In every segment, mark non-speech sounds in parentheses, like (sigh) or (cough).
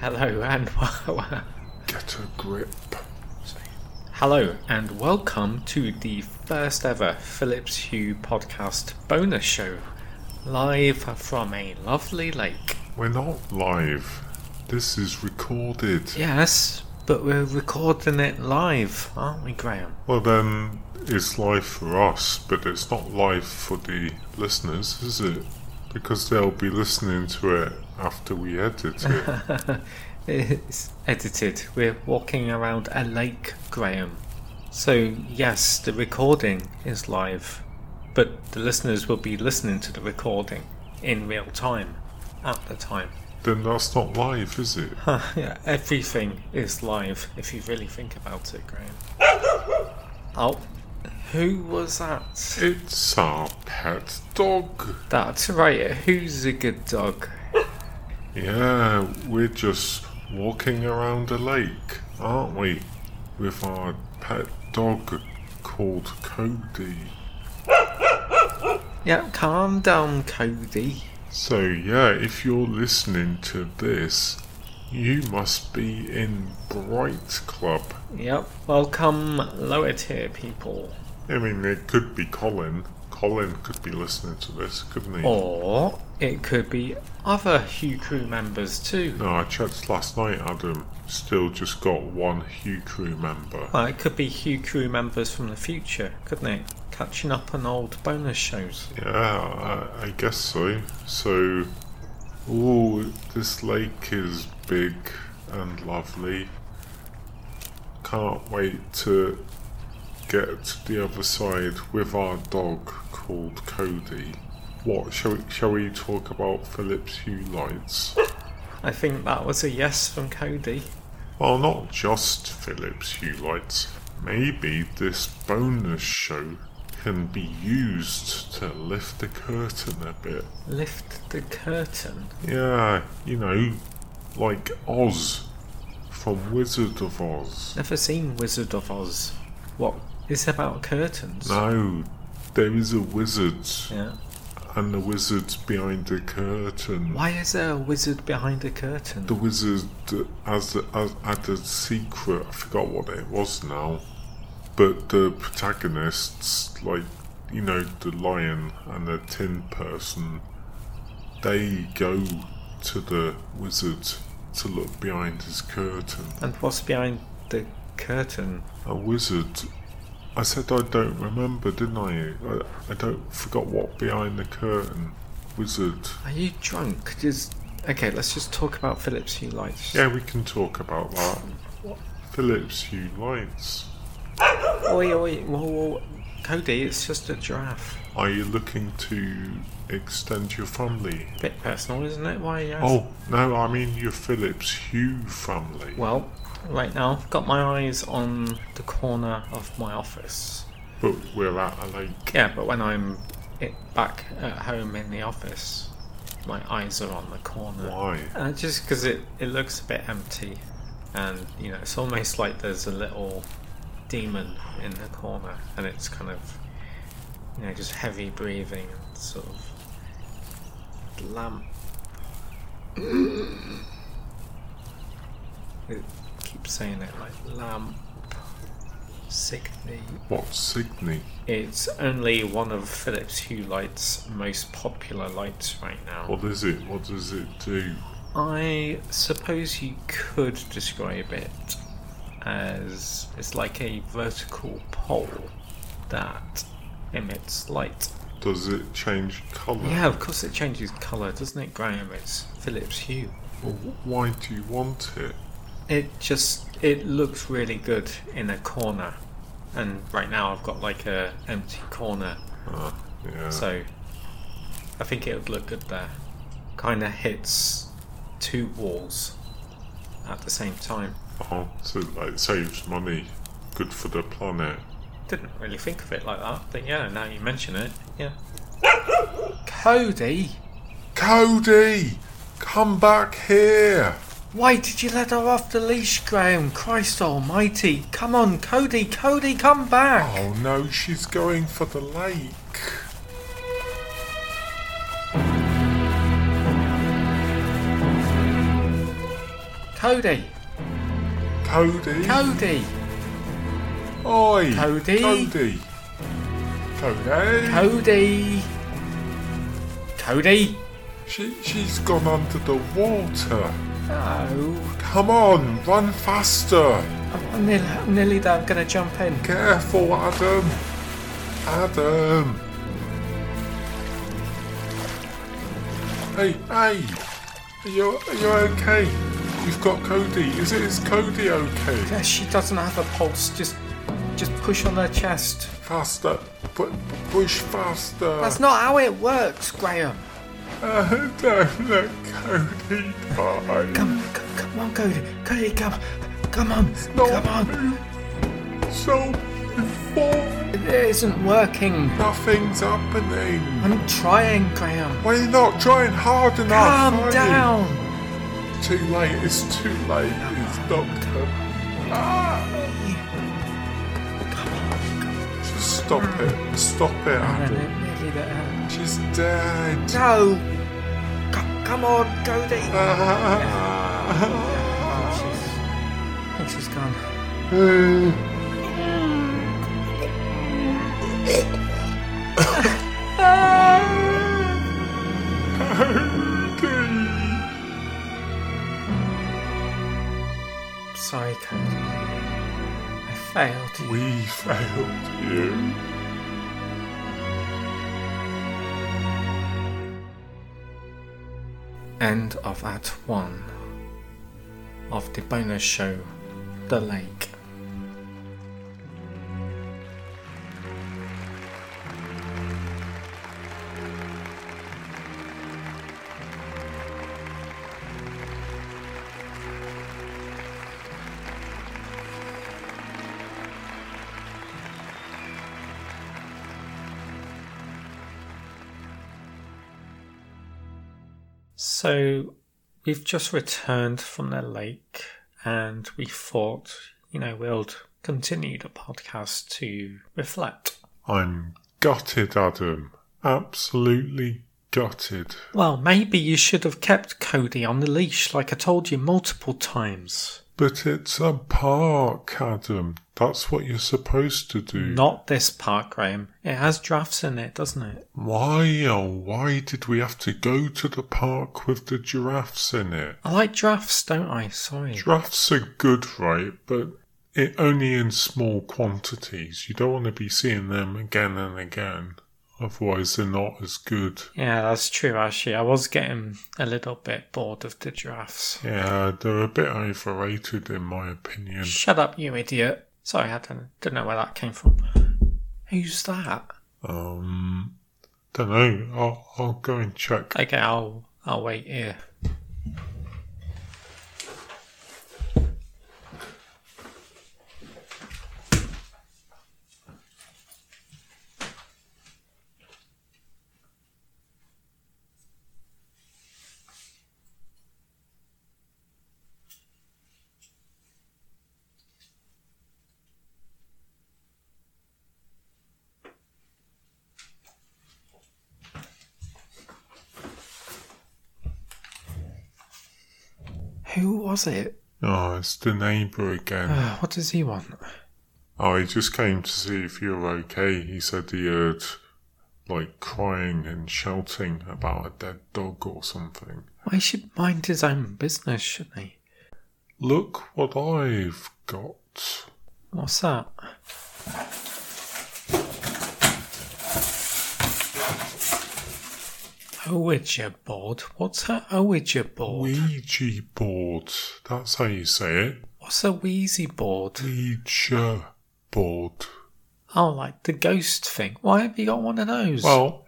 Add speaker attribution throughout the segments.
Speaker 1: Hello and (laughs) wow.
Speaker 2: Get a grip.
Speaker 1: Hello and welcome to the first ever Phillips Hue podcast bonus show, live from a lovely lake.
Speaker 2: We're not live. This is recorded.
Speaker 1: Yes, but we're recording it live, aren't we, Graham?
Speaker 2: Well, then, it's live for us, but it's not live for the listeners, is it? Because they'll be listening to it after we edit
Speaker 1: (laughs)
Speaker 2: it.
Speaker 1: (laughs) it's edited. We're walking around a lake, Graham. So, yes, the recording is live, but the listeners will be listening to the recording in real time at the time.
Speaker 2: then that's not live, is it?
Speaker 1: yeah, (laughs) everything is live if you really think about it, Graham. oh, who was that?
Speaker 2: It's our pet dog.
Speaker 1: That's right. Who's a good dog?
Speaker 2: Yeah, we're just walking around a lake, aren't we? With our pet dog called Cody.
Speaker 1: Yeah, calm down, Cody.
Speaker 2: So, yeah, if you're listening to this, you must be in Bright Club.
Speaker 1: Yep, welcome lower tier people.
Speaker 2: I mean, it could be Colin. Colin could be listening to this, couldn't he?
Speaker 1: Oh. Or it could be other Hugh crew members too.
Speaker 2: No, I checked last night, Adam. Still just got one Hugh crew member.
Speaker 1: Well, it could be Hugh crew members from the future, couldn't it? Catching up on old bonus shows.
Speaker 2: Yeah, I, I guess so. So, oh, this lake is big and lovely. Can't wait to get to the other side with our dog called Cody. What shall we, shall we talk about Philips Hue lights?
Speaker 1: I think that was a yes from Cody.
Speaker 2: Well, not just Philips Hue lights. Maybe this bonus show can be used to lift the curtain a bit.
Speaker 1: Lift the curtain.
Speaker 2: Yeah, you know, like Oz from Wizard of Oz.
Speaker 1: Never seen Wizard of Oz. What is about curtains?
Speaker 2: No, there is a wizard,
Speaker 1: Yeah.
Speaker 2: and the wizard's behind the curtain.
Speaker 1: Why is there a wizard behind a curtain?
Speaker 2: The wizard has, has had a secret. I forgot what it was now. But the protagonists, like, you know, the lion and the tin person, they go to the wizard to look behind his curtain.
Speaker 1: And what's behind the curtain?
Speaker 2: A wizard. I said I don't remember, didn't I? I, I don't forgot what behind the curtain. Wizard.
Speaker 1: Are you drunk? Just okay. Let's just talk about Philips Hue lights.
Speaker 2: Yeah, we can talk about that. Phillips Hue Lights.
Speaker 1: Oi, oi, whoa, whoa, Cody. It's just a giraffe.
Speaker 2: Are you looking to extend your family?
Speaker 1: Bit personal, isn't it? Why? Yes.
Speaker 2: Oh no, I mean your Phillips Hue family.
Speaker 1: Well, right now I've got my eyes on the corner of my office.
Speaker 2: But we're at a lake.
Speaker 1: Yeah, but when I'm it, back at home in the office, my eyes are on the corner.
Speaker 2: Why?
Speaker 1: Uh, just because it, it looks a bit empty, and you know, it's almost like there's a little demon in the corner, and it's kind of you know just heavy breathing and sort of lamp. it keeps saying it like lamp. Sickly.
Speaker 2: What Signy?
Speaker 1: It's only one of Philips Hue Light's most popular lights right now.
Speaker 2: What is it? What does it do?
Speaker 1: I suppose you could describe it as it's like a vertical pole that emits light.
Speaker 2: Does it change colour?
Speaker 1: Yeah, of course it changes colour, doesn't it, Graham? It's Philips Hue.
Speaker 2: Well, why do you want it?
Speaker 1: It just it looks really good in a corner, and right now I've got like a empty corner,
Speaker 2: Ah, yeah.
Speaker 1: so I think it would look good there. Kind of hits two walls at the same time.
Speaker 2: Oh, so like saves money. Good for the planet.
Speaker 1: Didn't really think of it like that, but yeah, now you mention it, yeah. (laughs) Cody,
Speaker 2: Cody! Come back here!
Speaker 1: why did you let her off the leash, Graham? Christ almighty. Come on, Cody, Cody, come back.
Speaker 2: Oh no, she's going for the lake.
Speaker 1: Cody, Cody!
Speaker 2: Cody.
Speaker 1: Cody!
Speaker 2: Oi.
Speaker 1: Cody.
Speaker 2: Cody. Cody.
Speaker 1: Cody! Cody!
Speaker 2: she, she's gone under the water.
Speaker 1: Oh,
Speaker 2: Come on, run faster.
Speaker 1: I'm, I'm, nearly, I'm nearly there. I'm going to jump in.
Speaker 2: Careful, Adam. Adam. Hey, hey. Are you, are you okay? You've got Cody. Is it is Cody okay?
Speaker 1: Yeah, she doesn't have a pulse. Just just push on her chest.
Speaker 2: Faster. Pu- push faster.
Speaker 1: That's not how it works, Graham.
Speaker 2: Uh, (laughs) don't let Cody die.
Speaker 1: Come, come, come on, Cody. Cody, come. Come on.
Speaker 2: No.
Speaker 1: Come on.
Speaker 2: So before
Speaker 1: It isn't working.
Speaker 2: nothing's happening.
Speaker 1: I'm trying, Graham.
Speaker 2: Why are you not trying hard enough?
Speaker 1: Calm
Speaker 2: are you?
Speaker 1: down.
Speaker 2: Too late, it's too late. It's Doctor. Ah! Just stop it. Stop it,
Speaker 1: No,
Speaker 2: Adam.
Speaker 1: nearly there.
Speaker 2: She's dead. (laughs)
Speaker 1: No. Come, come on, Cody. Oh.
Speaker 2: Ah.
Speaker 1: She's, I think she's gone.
Speaker 2: Cody.
Speaker 1: Sorry, Cody. I failed you.
Speaker 2: We failed you.
Speaker 1: End of Act 1 of the bonus show, The Lake. So we've just returned from the lake and we thought, you know, we'll continue the podcast to reflect.
Speaker 2: I'm gutted, Adam. Absolutely gutted.
Speaker 1: Well, maybe you should have kept Cody on the leash like I told you multiple times.
Speaker 2: But it's a park, Adam. That's what you're supposed to do.
Speaker 1: Not this park, Graham. It has drafts in it, doesn't it?
Speaker 2: Why, oh, why did we have to go to the park with the giraffes in it?
Speaker 1: I like drafts, don't I? Sorry.
Speaker 2: Giraffes are good, right? But it only in small quantities. You don't want to be seeing them again and again. Otherwise, they're not as good.
Speaker 1: Yeah, that's true, actually. I was getting a little bit bored of the drafts.
Speaker 2: Yeah, they're a bit overrated, in my opinion.
Speaker 1: Shut up, you idiot. Sorry, I don't, don't know where that came from. Who's that?
Speaker 2: Um, don't know. I'll, I'll go and check.
Speaker 1: Okay, I'll I'll wait here. Who was it? (sighs)
Speaker 2: Oh, it's the neighbour again.
Speaker 1: Uh, what does he want?
Speaker 2: I just came to see if you're okay. He said he heard, like, crying and shouting about a dead dog or something.
Speaker 1: Well, he should mind his own business, shouldn't he?
Speaker 2: Look what I've got.
Speaker 1: What's that? Ouija board? What's a Ouija board?
Speaker 2: Ouija board. That's how you say it.
Speaker 1: What's a Wheezy board?
Speaker 2: Ouija board.
Speaker 1: Oh, like the ghost thing. Why have you got one of those?
Speaker 2: Well,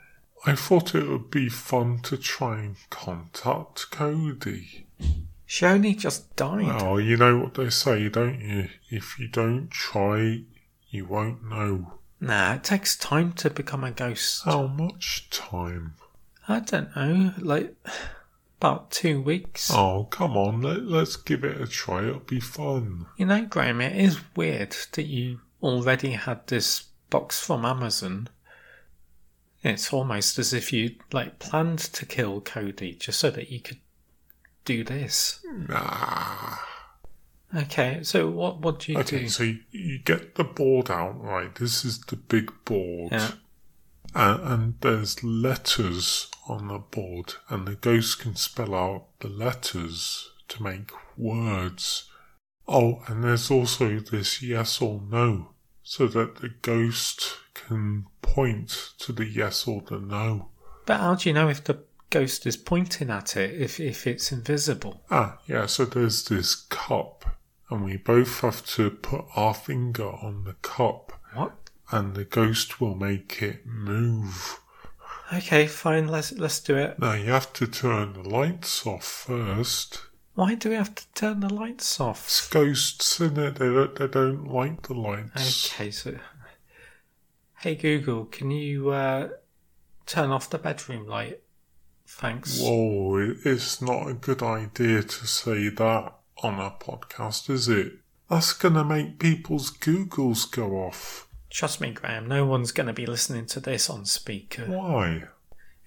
Speaker 2: I thought it would be fun to try and contact Cody.
Speaker 1: she only just died.
Speaker 2: Well, you know what they say, don't you? If you don't try, you won't know.
Speaker 1: Nah, it takes time to become a ghost.
Speaker 2: How much time?
Speaker 1: I don't know, like about two weeks.
Speaker 2: Oh, come on, let, let's give it a try. It'll be fun.
Speaker 1: You know, Graham, it is weird that you already had this box from Amazon. It's almost as if you like planned to kill Cody just so that you could do this.
Speaker 2: Nah.
Speaker 1: Okay, so what what do you
Speaker 2: Okay,
Speaker 1: do?
Speaker 2: so you, you get the board out, right? This is the big board.
Speaker 1: Yeah.
Speaker 2: And, and there's letters on the board, and the ghost can spell out the letters to make words. Oh, and there's also this yes or no, so that the ghost can point to the yes or the no.
Speaker 1: But how do you know if the ghost is pointing at it if if it's invisible?
Speaker 2: Ah, yeah, so there's this cup, and we both have to put our finger on the cup.
Speaker 1: What?
Speaker 2: and the ghost will make it move.
Speaker 1: Okay, fine. Let's let's do it.
Speaker 2: Now you have to turn the lights off first.
Speaker 1: Why do we have to turn the lights off?
Speaker 2: It's ghosts in it. They don't, they don't like the lights.
Speaker 1: Okay, so hey Google, can you uh, turn off the bedroom light? Thanks.
Speaker 2: Whoa, it- it's not a good idea to say that on a podcast, is it? That's gonna make people's Googles go off.
Speaker 1: Trust me, Graham. No one's going to be listening to this on speaker.
Speaker 2: Why?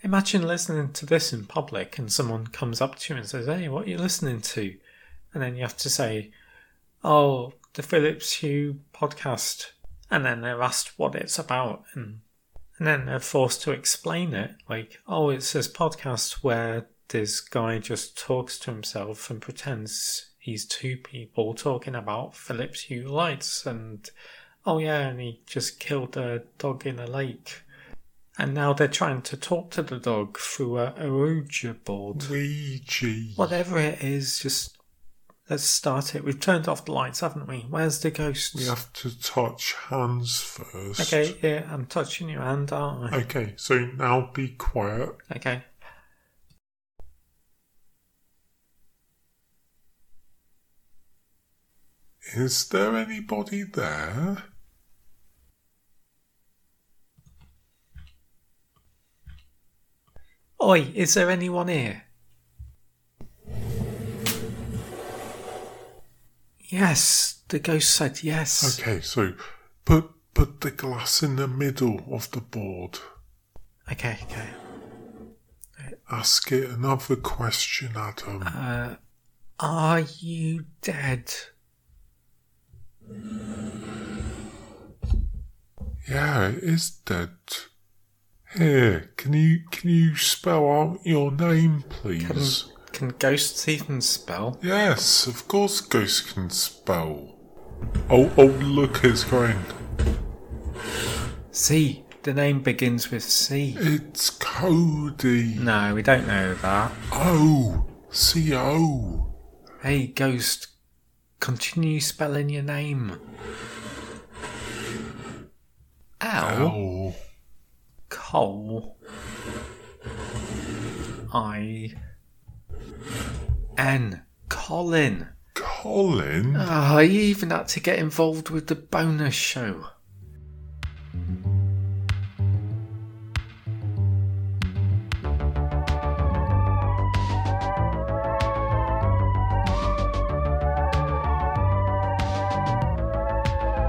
Speaker 1: Imagine listening to this in public and someone comes up to you and says, Hey, what are you listening to? And then you have to say, Oh, the Phillips Hugh podcast. And then they're asked what it's about. And, and then they're forced to explain it. Like, Oh, it's this podcast where this guy just talks to himself and pretends he's two people talking about Phillips Hugh lights. And, Oh, yeah, and he just killed a dog in a lake. And now they're trying to talk to the dog through a Ouija board.
Speaker 2: Ouija.
Speaker 1: Whatever it is, just let's start it. We've turned off the lights, haven't we? Where's the ghost?
Speaker 2: We have to touch hands first.
Speaker 1: Okay, yeah, I'm touching your hand, aren't I?
Speaker 2: Okay, so now be quiet.
Speaker 1: Okay.
Speaker 2: Is there anybody there?
Speaker 1: Oi, is there anyone here? Yes, the ghost said yes.
Speaker 2: Okay, so put put the glass in the middle of the board.
Speaker 1: Okay, okay.
Speaker 2: Ask it another question, Adam.
Speaker 1: Uh, are you dead?
Speaker 2: yeah, it is dead. Here, can you can you spell out your name, please?
Speaker 1: Can ghosts even spell?
Speaker 2: Yes, of course, ghosts can spell. Oh, oh, look, it's going.
Speaker 1: C. The name begins with C.
Speaker 2: It's Cody.
Speaker 1: No, we don't know that.
Speaker 2: O C O.
Speaker 1: Hey, ghost, continue spelling your name. L.
Speaker 2: L.
Speaker 1: Cole. I. N. Colin.
Speaker 2: Colin.
Speaker 1: Ah, I even had to get involved with the bonus show.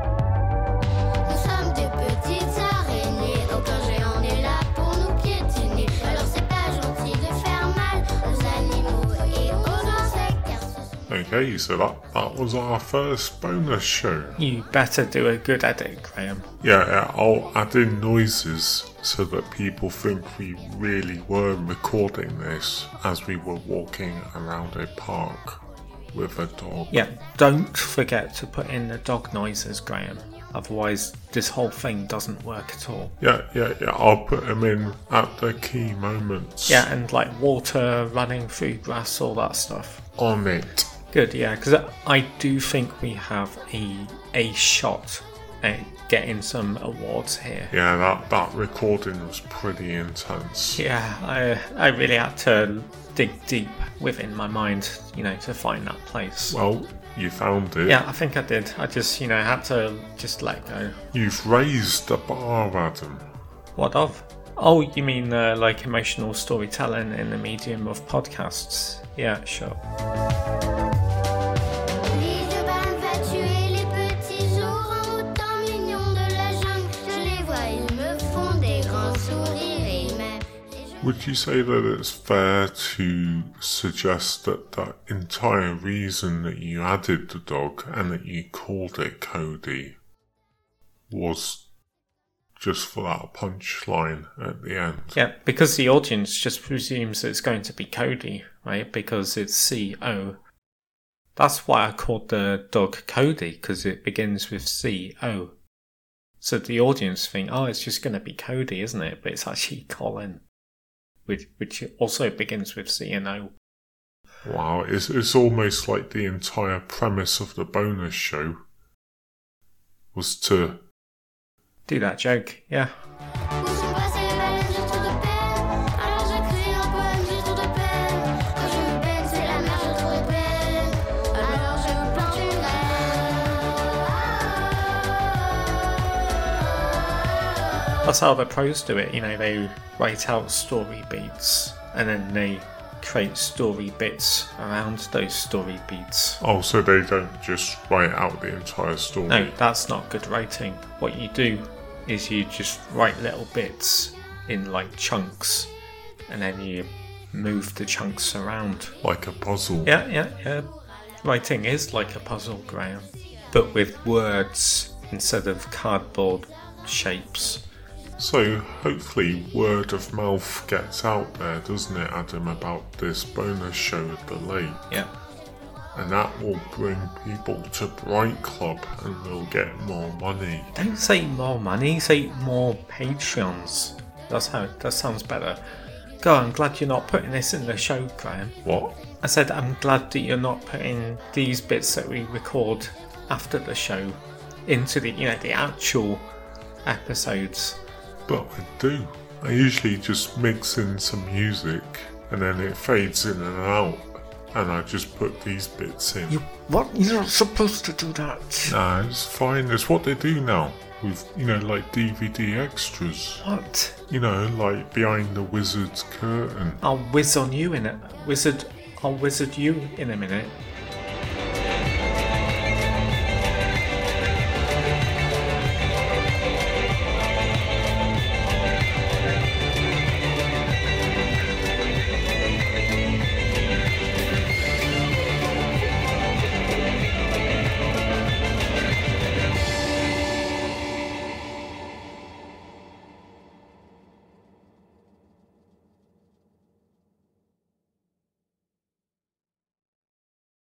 Speaker 3: Nous sommes des petites araignées, aucun géant n'est là pour nous piétiner. Alors c'est pas gentil de faire mal aux animaux et aux insectes, car ce sont
Speaker 2: Okay, so that, that was our first bonus show.
Speaker 1: You better do a good edit, Graham.
Speaker 2: Yeah, yeah, I'll add in noises so that people think we really were recording this as we were walking around a park with a dog.
Speaker 1: Yeah, don't forget to put in the dog noises, Graham. Otherwise, this whole thing doesn't work at all.
Speaker 2: Yeah, yeah, yeah, I'll put them in at the key moments.
Speaker 1: Yeah, and like water running through grass, all that stuff.
Speaker 2: On it.
Speaker 1: Good, yeah, because I do think we have a a shot at getting some awards here.
Speaker 2: Yeah, that, that recording was pretty intense.
Speaker 1: Yeah, I I really had to dig deep within my mind, you know, to find that place.
Speaker 2: Well, you found it.
Speaker 1: Yeah, I think I did. I just, you know, had to just let go.
Speaker 2: You've raised the bar, Adam.
Speaker 1: What of? Oh, you mean uh, like emotional storytelling in the medium of podcasts? Yeah, sure.
Speaker 3: L'île va tuer les petits orang-outans mignons de la jungle. Je les vois, ils me font des grands sourires et même.
Speaker 2: Would you say that it's fair to suggest that that entire reason that you added the dog and that you called it Cody was just for that punchline at the end?
Speaker 1: Yeah, because the audience just presumes it's going to be Cody, right? Because it's C O. That's why I called the dog Cody, because it begins with C O. So the audience think, oh, it's just going to be Cody, isn't it? But it's actually Colin, which which also begins with C and O.
Speaker 2: Wow, it's, it's almost like the entire premise of the bonus show was to
Speaker 1: Do that joke, yeah.
Speaker 3: Où sont passées les baleines, j'ai trop de peine. Alors j'écris un poème, j'ai trop de peine. Quand je me peine, c'est la mer, j'ai trop de peine. Alors je me plante une reine.
Speaker 1: That's how the pros do it. You know, they write out story beats and then they create story bits around those story beats.
Speaker 2: Oh, so they don't just write out the entire story.
Speaker 1: No, that's not good writing. What you do is you just write little bits in like chunks and then you move the chunks around.
Speaker 2: Like a puzzle.
Speaker 1: Yeah, yeah, yeah. Writing is like a puzzle, Graham, but with words instead of cardboard shapes.
Speaker 2: So hopefully word of mouth gets out there, doesn't it, Adam, about this bonus show at the lake.
Speaker 1: Yeah.
Speaker 2: And that will bring people to Bright Club and they'll get more money.
Speaker 1: Don't say more money, say more Patreons. That's how that sounds better. God, I'm glad you're not putting this in the show, Graham.
Speaker 2: What?
Speaker 1: I said I'm glad that you're not putting these bits that we record after the show into the you know the actual episodes.
Speaker 2: But I do. I usually just mix in some music and then it fades in and out. And I just put these bits in.
Speaker 1: You what? You're not supposed to do that.
Speaker 2: Nah, it's fine. It's what they do now with, you know, like DVD extras.
Speaker 1: What?
Speaker 2: You know, like behind the wizard's curtain.
Speaker 1: I'll whiz on you in a wizard. I'll wizard you in a minute.